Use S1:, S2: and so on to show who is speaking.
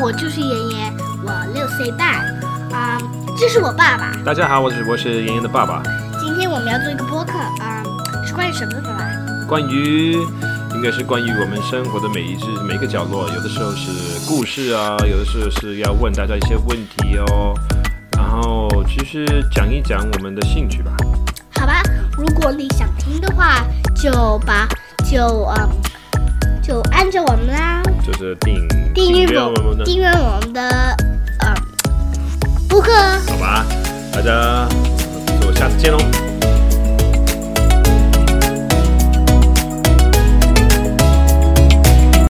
S1: 我就是妍妍，我六岁半，啊、这是我爸爸。
S2: 大家好，我是我是妍妍的爸爸。
S1: 今天我们要做一个播客，啊、是关于什么的，爸爸？
S2: 关于应该是关于我们生活的每一只每一个角落，有的时候是故事啊，有的时候是要问大家一些问题哦。然后其实讲一讲我们的兴趣吧。
S1: 好吧，如果你想听的话，就把就嗯，就按着我们啦，
S2: 就是订
S1: 订阅
S2: 我们的，
S1: 订阅我们的呃播客哦。
S2: 好吧？大家就下次见喽，